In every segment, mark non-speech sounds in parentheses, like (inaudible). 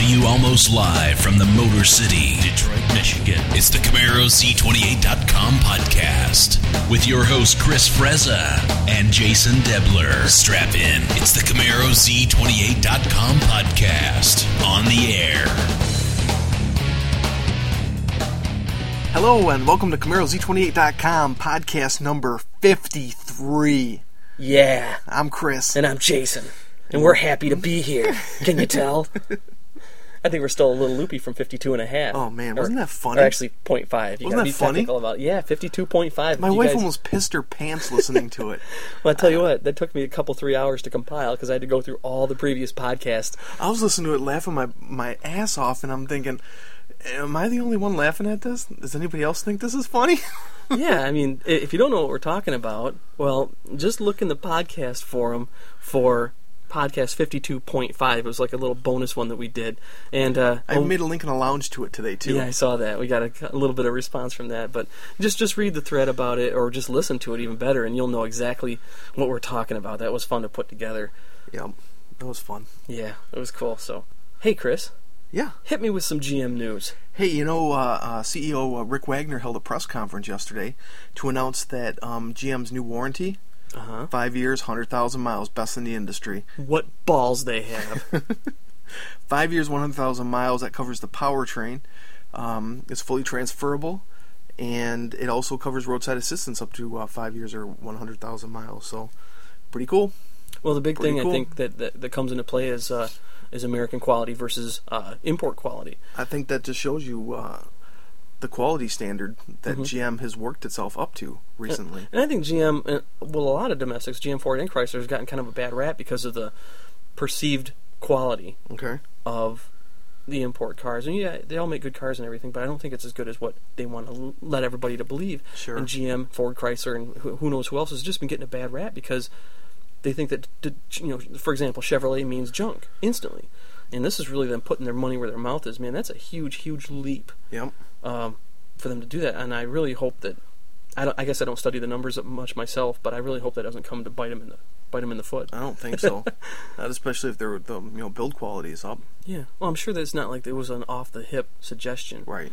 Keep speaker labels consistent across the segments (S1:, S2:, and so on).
S1: News live from the Motor City, Detroit, Michigan. It's the CamaroZ28.com podcast with your hosts Chris Frezza and Jason Debler. Strap in. It's the CamaroZ28.com podcast on the air.
S2: Hello and welcome to CamaroZ28.com podcast number 53.
S3: Yeah,
S2: I'm Chris.
S3: and I'm Jason, and we're happy to be here. Can you tell? (laughs) I think we're still a little loopy from 52 and a half.
S2: Oh, man, wasn't that funny?
S3: Or actually 0.5. You
S2: Wasn't
S3: gotta
S2: that
S3: be
S2: funny?
S3: technical About, yeah, 52.5.
S2: My
S3: You
S2: wife
S3: guys-
S2: almost pissed her pants listening to
S3: (laughs)
S2: it.
S3: Well, I tell you what, that took me a couple, three hours to compile because I had to go through all the
S2: (laughs)
S3: previous podcasts.
S2: I was listening to it laughing my, my ass off, and I'm thinking, am I the only one laughing at this? Does anybody else think this is funny? (laughs)
S3: yeah, I mean, i- if you don't know what we're talking about, well, just look in the podcast forum for podcast 52.5. It was like a little bonus one that we did. And uh,
S2: I made a link in a lounge to it today, too.
S3: Yeah, I saw that. We got a, a little bit of response from that, but just just read the thread about it, or just listen to it even better, and you'll know exactly what we're talking about. That was fun to put together.
S2: Yep. That was fun.
S3: Yeah, it was cool. So, hey, Chris,
S2: Yeah.
S3: hit me with some GM news.
S2: Hey, you know, uh, uh, CEO uh, Rick Wagner held a press conference yesterday to announce that um, GM's new warranty
S3: Uh huh.
S2: five years, 100,000 miles, best in the industry.
S3: What balls they
S2: (laughs)
S3: have.
S2: five years, 100,000 miles. That covers the powertrain. Um, it's fully transferable, and it also covers roadside assistance up to uh, five years or 100,000 miles. So, pretty cool.
S3: Well, the big
S2: Pretty
S3: thing
S2: cool.
S3: I think that, that that comes into play is uh, is American quality versus uh, import quality.
S2: I think that just shows you uh, the quality standard that GM has worked itself up to recently.
S3: And I think GM, uh, well, a lot of domestics, GM, Ford, and Chrysler, has gotten kind of a bad rap because of the perceived quality
S2: (laughs) Okay.
S3: of the import cars. And yeah, they all make good cars and everything, but I don't think it's as good as what they want to l- let everybody to believe.
S2: Sure.
S3: And GM, Ford, Chrysler, and who, who knows who else has just been getting a bad rap because they think that, d- d- you know, for example, Chevrolet means junk instantly. And this is really them putting their money where their mouth is. Man, that's a huge, huge leap
S2: Yep.
S3: um, for them to do that. And I really hope that I, don't, I guess I don't study the numbers that much myself, but I really hope that doesn't come to bite them in the bite 'em in the foot.
S2: I don't think (laughs) so. Not especially if their the you know build quality is up.
S3: Yeah. Well, I'm sure that it's not like it was an off the hip suggestion.
S2: Right.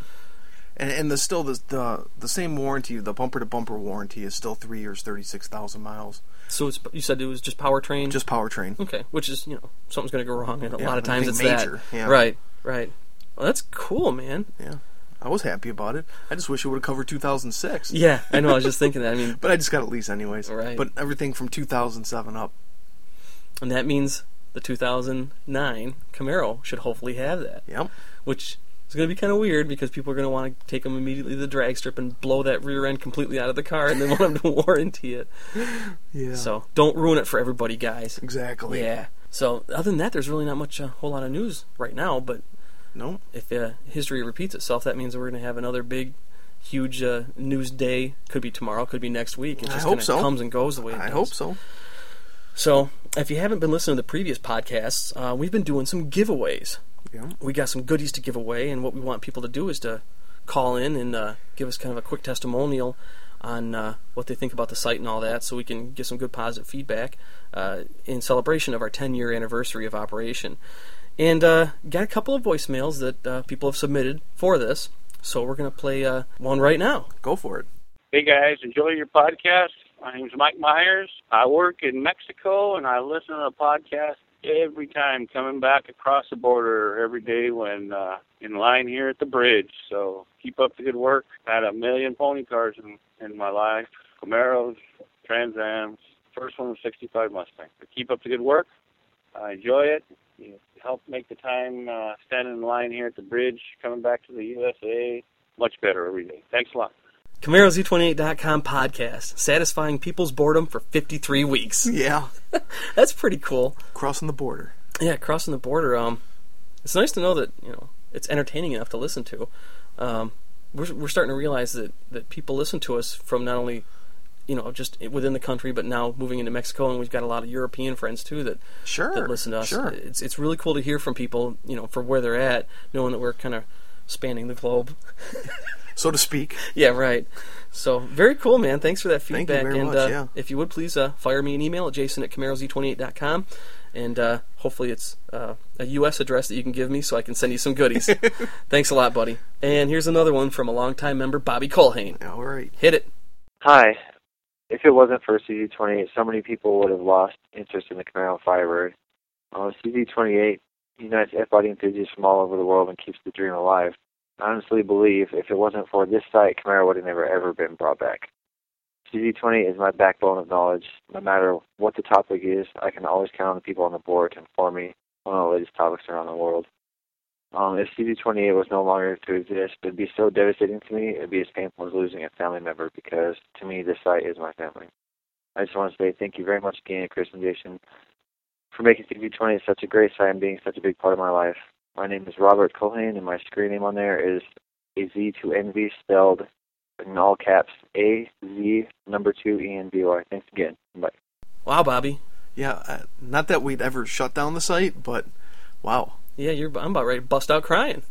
S2: And and the still the the, the same warranty, the bumper to bumper warranty is still three years, 36,000 miles.
S3: So it's, you said it was just powertrain.
S2: Just powertrain.
S3: okay, which is you know something's going to go wrong, and a
S2: Yeah,
S3: lot of times it's
S2: anything major,
S3: that.
S2: yeah.
S3: Right, right. Well, that's cool, man.
S2: Yeah, I was happy about it. I just wish it would have covered 2006.
S3: Yeah, (laughs) I know. I was just thinking that. I mean,
S2: (laughs) But I just got a lease anyways.
S3: Right.
S2: But everything from 2007 up.
S3: and that means the 2009 Camaro should hopefully have that,
S2: Yep.
S3: which is going to be kind of weird because people are going to want to take them immediately to the drag strip and blow that rear end completely out of the car, and then (laughs) want them to warranty it.
S2: Yeah.
S3: So don't ruin it for everybody, guys.
S2: Exactly.
S3: Yeah. So other than that, there's really not much a whole lot of news right now, but
S2: No.
S3: if uh, history repeats itself, that means that we're going to have another big, huge uh, news day. Could be tomorrow, could be next week. It
S2: I
S3: just
S2: hope
S3: kinda
S2: so.
S3: comes and goes the way it
S2: I
S3: does.
S2: hope so.
S3: So, if you haven't been listening to the previous podcasts, uh, we've been doing some giveaways.
S2: Yeah.
S3: We got some goodies to give away, and what we want people to do is to call in and uh, give us kind of a quick testimonial on uh, what they think about the site and all that, so we can get some good positive feedback uh, in celebration of our 10 year anniversary of operation. And uh, got a couple of voicemails that uh, people have submitted for this, so we're going to play uh, one right now.
S2: Go for it.
S4: Hey guys, enjoy your podcast. My name's Mike Myers. I work in Mexico and I listen to the podcast every time coming back across the border every day when uh, in line here at the bridge. So keep up the good work. I had a million pony cars in, in my life Camaros, Trans Ams. First one was 65 Mustang. But keep up the good work. I enjoy it. You help make the time uh, standing in line here at the bridge coming back to the USA much better every day. Thanks a lot.
S3: CamaroZ28.com podcast, satisfying people's boredom for 53 weeks.
S2: (laughs) Yeah.
S3: That's pretty cool.
S2: Crossing the border.
S3: Yeah, crossing the border. Um, it's nice to know that you know it's entertaining enough to listen to. Um, we're we're starting to realize that that people listen to us from not only you know just within the country, but now moving into Mexico, and we've got a lot of European friends too that
S2: Sure.
S3: that listen to us.
S2: Sure.
S3: uh, It's it's really cool to hear from people, you know, for where they're at, knowing that we're kind of spanning the globe.
S2: So to speak.
S3: Yeah, right. So very cool, man. Thanks for that
S2: Thank you
S3: feedback.
S2: very
S3: and
S2: much,
S3: uh,
S2: yeah.
S3: if you would please uh, fire me an email at jason at camaroz28.com and uh, hopefully it's uh, a U.S. address that you can give me so I can send you some
S2: (laughs)
S3: goodies. Thanks a lot, buddy. And here's another one from a longtime member, Bobby Colhane.
S2: All right.
S3: Hit it.
S5: Hi. If it wasn't for CZ28, so many people would have lost interest in the Camaro Firebird. Uh, CZ28 unites F-body enthusiasts from all over the world and keeps the dream alive. I honestly believe if it wasn't for this site, Camaro would have never ever been brought back. CZ28 is my backbone of knowledge. No matter what the topic is, I can always count on the people on the board to inform me on the latest topics around the world. Um, if CD28 was no longer to exist, it'd be so devastating to me. It'd be as painful as losing a family member because to me, this site is my family. I just want to say thank you very much again, Chris and Jason, for making CD28 such a great site and being such a big part of my life. My name is Robert Cohen, and my screen name on there is AZ2NV, spelled in all caps A Z number two E N V Y. Thanks again. Bye.
S3: Wow, Bobby.
S2: Yeah, uh, not that we'd ever shut down the site, but wow. (laughs)
S3: Yeah, you're. I'm about ready to bust out crying.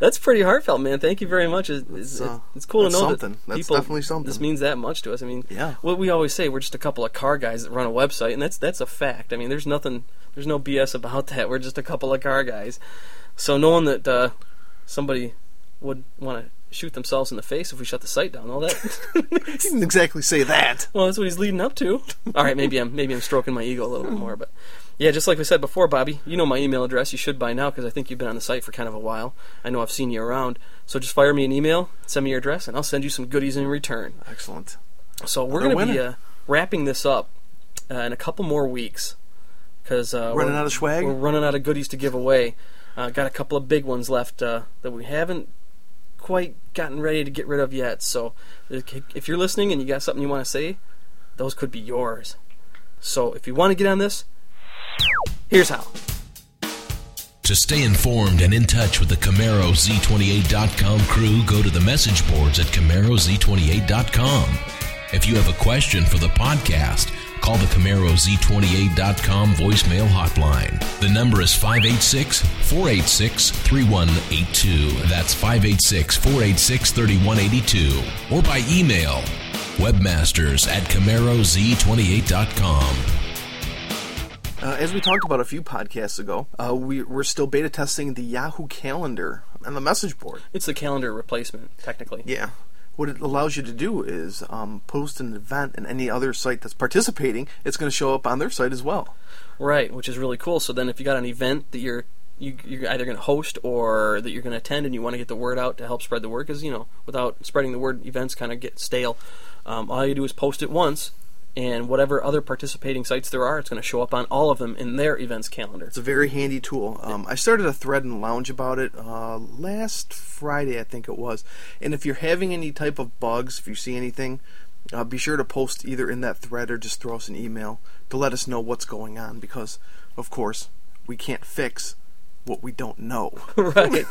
S3: That's pretty heartfelt, man. Thank you very much. It's, it's,
S2: uh,
S3: it's cool to
S2: that's
S3: know
S2: something.
S3: that
S2: That's
S3: people,
S2: definitely something.
S3: This means that much to us. I mean,
S2: Yeah.
S3: What we always say, we're just a couple of car guys that run a website, and that's that's a fact. I mean, there's nothing, there's no BS about that. We're just a couple of car guys. So knowing that uh, somebody would want to shoot themselves in the face if we shut the site down, all that. (laughs)
S2: He didn't exactly say that.
S3: Well, that's what he's leading up to. (laughs) All right, maybe I'm maybe I'm stroking my ego a little bit more, but yeah, just like we said before, Bobby, you know my email address. You should by now because I think you've been on the site for kind of a while. I know I've seen you around, so just fire me an email, send me your address, and I'll send you some goodies in return.
S2: Excellent.
S3: So we're
S2: Another
S3: going to be
S2: winner.
S3: uh, wrapping this up uh, in a couple more weeks because uh,
S2: Running
S3: we're-
S2: out of swag?
S3: We're running out of goodies to give away. Uh, got a couple of big ones left uh, that we haven't quite gotten ready to get rid of yet. So if you're listening and you got something you want to say, those could be yours. So if you want to get on this, here's how.
S1: To stay informed and in touch with the Camaro Z28.com crew, go to the message boards at CamaroZ28.com. If you have a question for the podcast, call the Camaro Z28.com voicemail hotline. The number is 586 486 3182. That's 586 486 3182. Or by email, webmasters at CamaroZ28.com.
S2: Uh, as we talked about a few podcasts ago, uh, we, we're still beta testing the Yahoo Calendar on the message board.
S3: It's the calendar replacement, technically.
S2: Yeah. What it allows you to do is um, post an event and any other site that's participating, it's going to show up on their site as well.
S3: Right, which is really cool. So then, if you got an event that you're you, you're either going to host or that you're going to attend, and you want to get the word out to help spread the word, because you know, without spreading the word, events kind of get stale. Um, all you do is post it once, and whatever other participating sites there are, it's going to show up on all of them in their
S2: (laughs)
S3: events calendar.
S2: It's a very handy tool. Um, I started a thread in the lounge about it uh, last Friday, I think it was. And if you're having any type of bugs, if you see anything, uh, be sure to post either in that thread or just throw us an email to let us know what's going on because, of course, we can't fix what we don't know.
S3: right,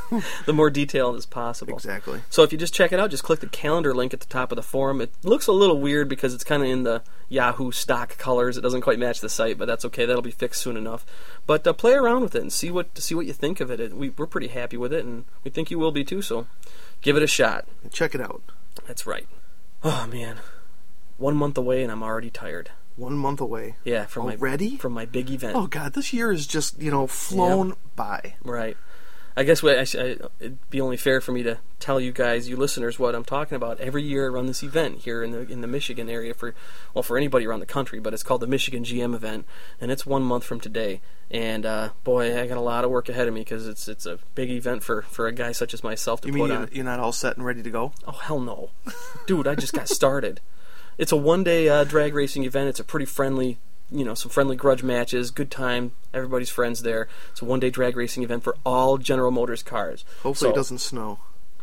S3: the more detailed as possible.
S2: Exactly.
S3: So if you just check it out, just click the calendar link at the top of the forum. It looks a little weird because it's kind of in the Yahoo stock colors. It doesn't quite match the site, but that's okay. That'll be fixed soon enough. But uh, play around with it and see what see what you think of it. it. We, we're pretty happy with it, and we think you will be too. So give it a shot.
S2: Check it out.
S3: That's right. Oh man, one month away, and I'm already tired.
S2: One month away.
S3: Yeah, from
S2: Already?
S3: my from my big event.
S2: Oh, God, this year is just, you know, flown by.
S3: Right. I guess what I, sh- I, it'd be only fair for me to tell you guys, you listeners, what I'm talking about. Every year, I run this event here in the in the Michigan area for well for anybody around the country, but it's called the Michigan GM event, and it's one month from today. And uh, boy, I got a lot of work ahead of me because it's it's a big event for, for a guy such as myself to
S2: You
S3: put
S2: mean
S3: on.
S2: you're, you're not all set and ready to go?
S3: Oh hell no, dude! I just got started. It's a one-day uh, drag racing event. It's a pretty friendly, you know, some friendly grudge matches. Good time. Everybody's friends there. It's a one-day drag racing event for all General Motors cars.
S2: Hopefully it
S3: So-
S2: doesn't snow.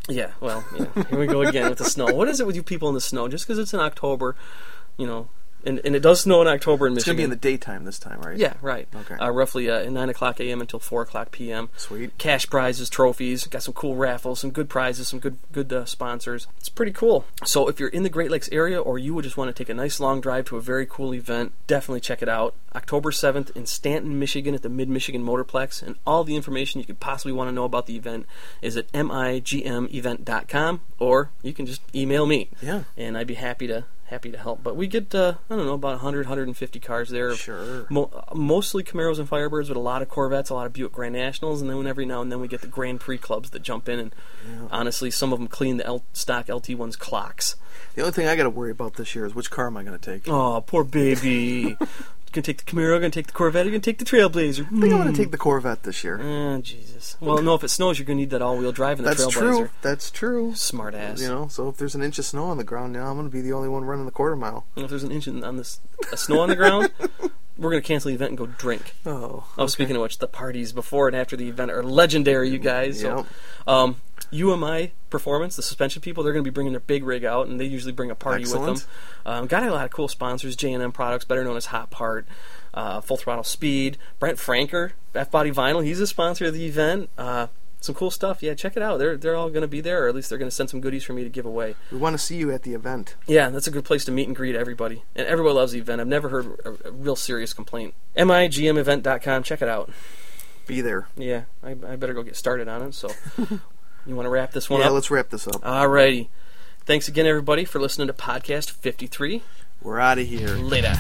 S3: Yeah. Well, yeah. here we go again with the snow. What is it with you people in the snow? Just because it's in October, you know, and and it does snow in October in
S2: It's
S3: Michigan.
S2: going to be in the daytime this time, right?
S3: Yeah, right.
S2: Okay.
S3: Uh, roughly uh, 9 o'clock a.m. until 4 o'clock p.m.
S2: Sweet.
S3: Cash prizes, trophies, got some cool raffles, some good prizes, some good good uh, sponsors. It's pretty cool. So if you're in the Great Lakes area or you would just want to take a nice long drive to a very cool event, definitely check it out. October 7th in Stanton, Michigan at the Mid-Michigan Motorplex. And all the information you could possibly want to know about the event is at migmevent.com or you can just email me.
S2: Yeah.
S3: And I'd be happy to happy to help. But we get, uh, I don't know, about 100, 150 cars there.
S2: Sure.
S3: Mo- mostly Camaros and Firebirds, but a lot of Corvettes, a lot of Buick Grand Nationals, and then every now and then we get the Grand Prix clubs that jump in. And honestly, some of them clean the L- stock LT1's clocks.
S2: The only thing I got to worry about this year is which car am I going to take?
S3: Oh, poor baby. (laughs) gonna take the Camaro, gonna take the Corvette, gonna take the Trailblazer.
S2: I think I'm going to take the Corvette this year.
S3: Ah, Jesus. Well, no, if it snows, you're gonna need that all-wheel drive in the
S2: That's
S3: Trailblazer.
S2: true. That's true.
S3: Smart ass.
S2: You know, so if there's an inch of snow on the ground now, I'm going to be the only one running the quarter mile.
S3: And if there's an inch in- on this a snow on the
S2: (laughs)
S3: ground, we're gonna cancel the event and go drink.
S2: Oh.
S3: Oh, speaking of which, the parties before and after the event are legendary, you guys. So, um, UMI Performance, the suspension people, they're going to be bringing their big rig out, and they usually bring a party with
S2: Excellent.
S3: them. Um, got a lot of cool sponsors, J&M Products, better known as Hot Part, uh, Full Throttle Speed, Brent Franker, F Body Vinyl, he's a sponsor of the event. Uh, some cool stuff. Yeah, check it out. They're they're all going to be there, or at least they're going to send some goodies for me to give away.
S2: We want to see you at the event.
S3: Yeah, that's a good place to meet and greet everybody. And everybody loves the event. I've never heard a, a real serious complaint. MIGMEvent.com. Check it out.
S2: Be there.
S3: Yeah, I, I better go get started on it.
S2: (laughs)
S3: So, you want to wrap this one
S2: Yeah,
S3: up?
S2: let's wrap this up.
S3: Alrighty. Thanks again, everybody, for listening to Podcast 53.
S2: We're out of here.
S3: Later.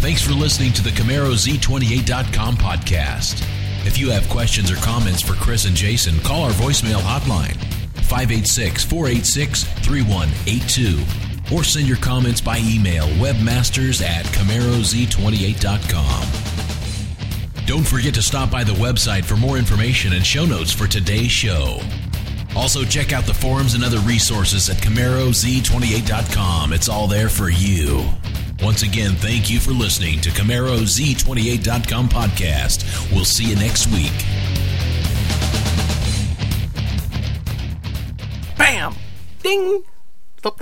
S1: Thanks for listening to the CamaroZ28.com podcast. If you have questions or comments for Chris and Jason, call our voicemail hotline 586 486 3182 or send your comments by email webmasters at CamaroZ28.com. Don't forget to stop by the website for more information and show notes for today's show. Also, check out the forums and other resources at CamaroZ28.com. It's all there for you. Once again, thank you for listening to CamaroZ28.com podcast. We'll see you next week.
S3: Bam! Ding!
S2: Stop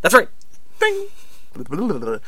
S3: That's right.
S2: that.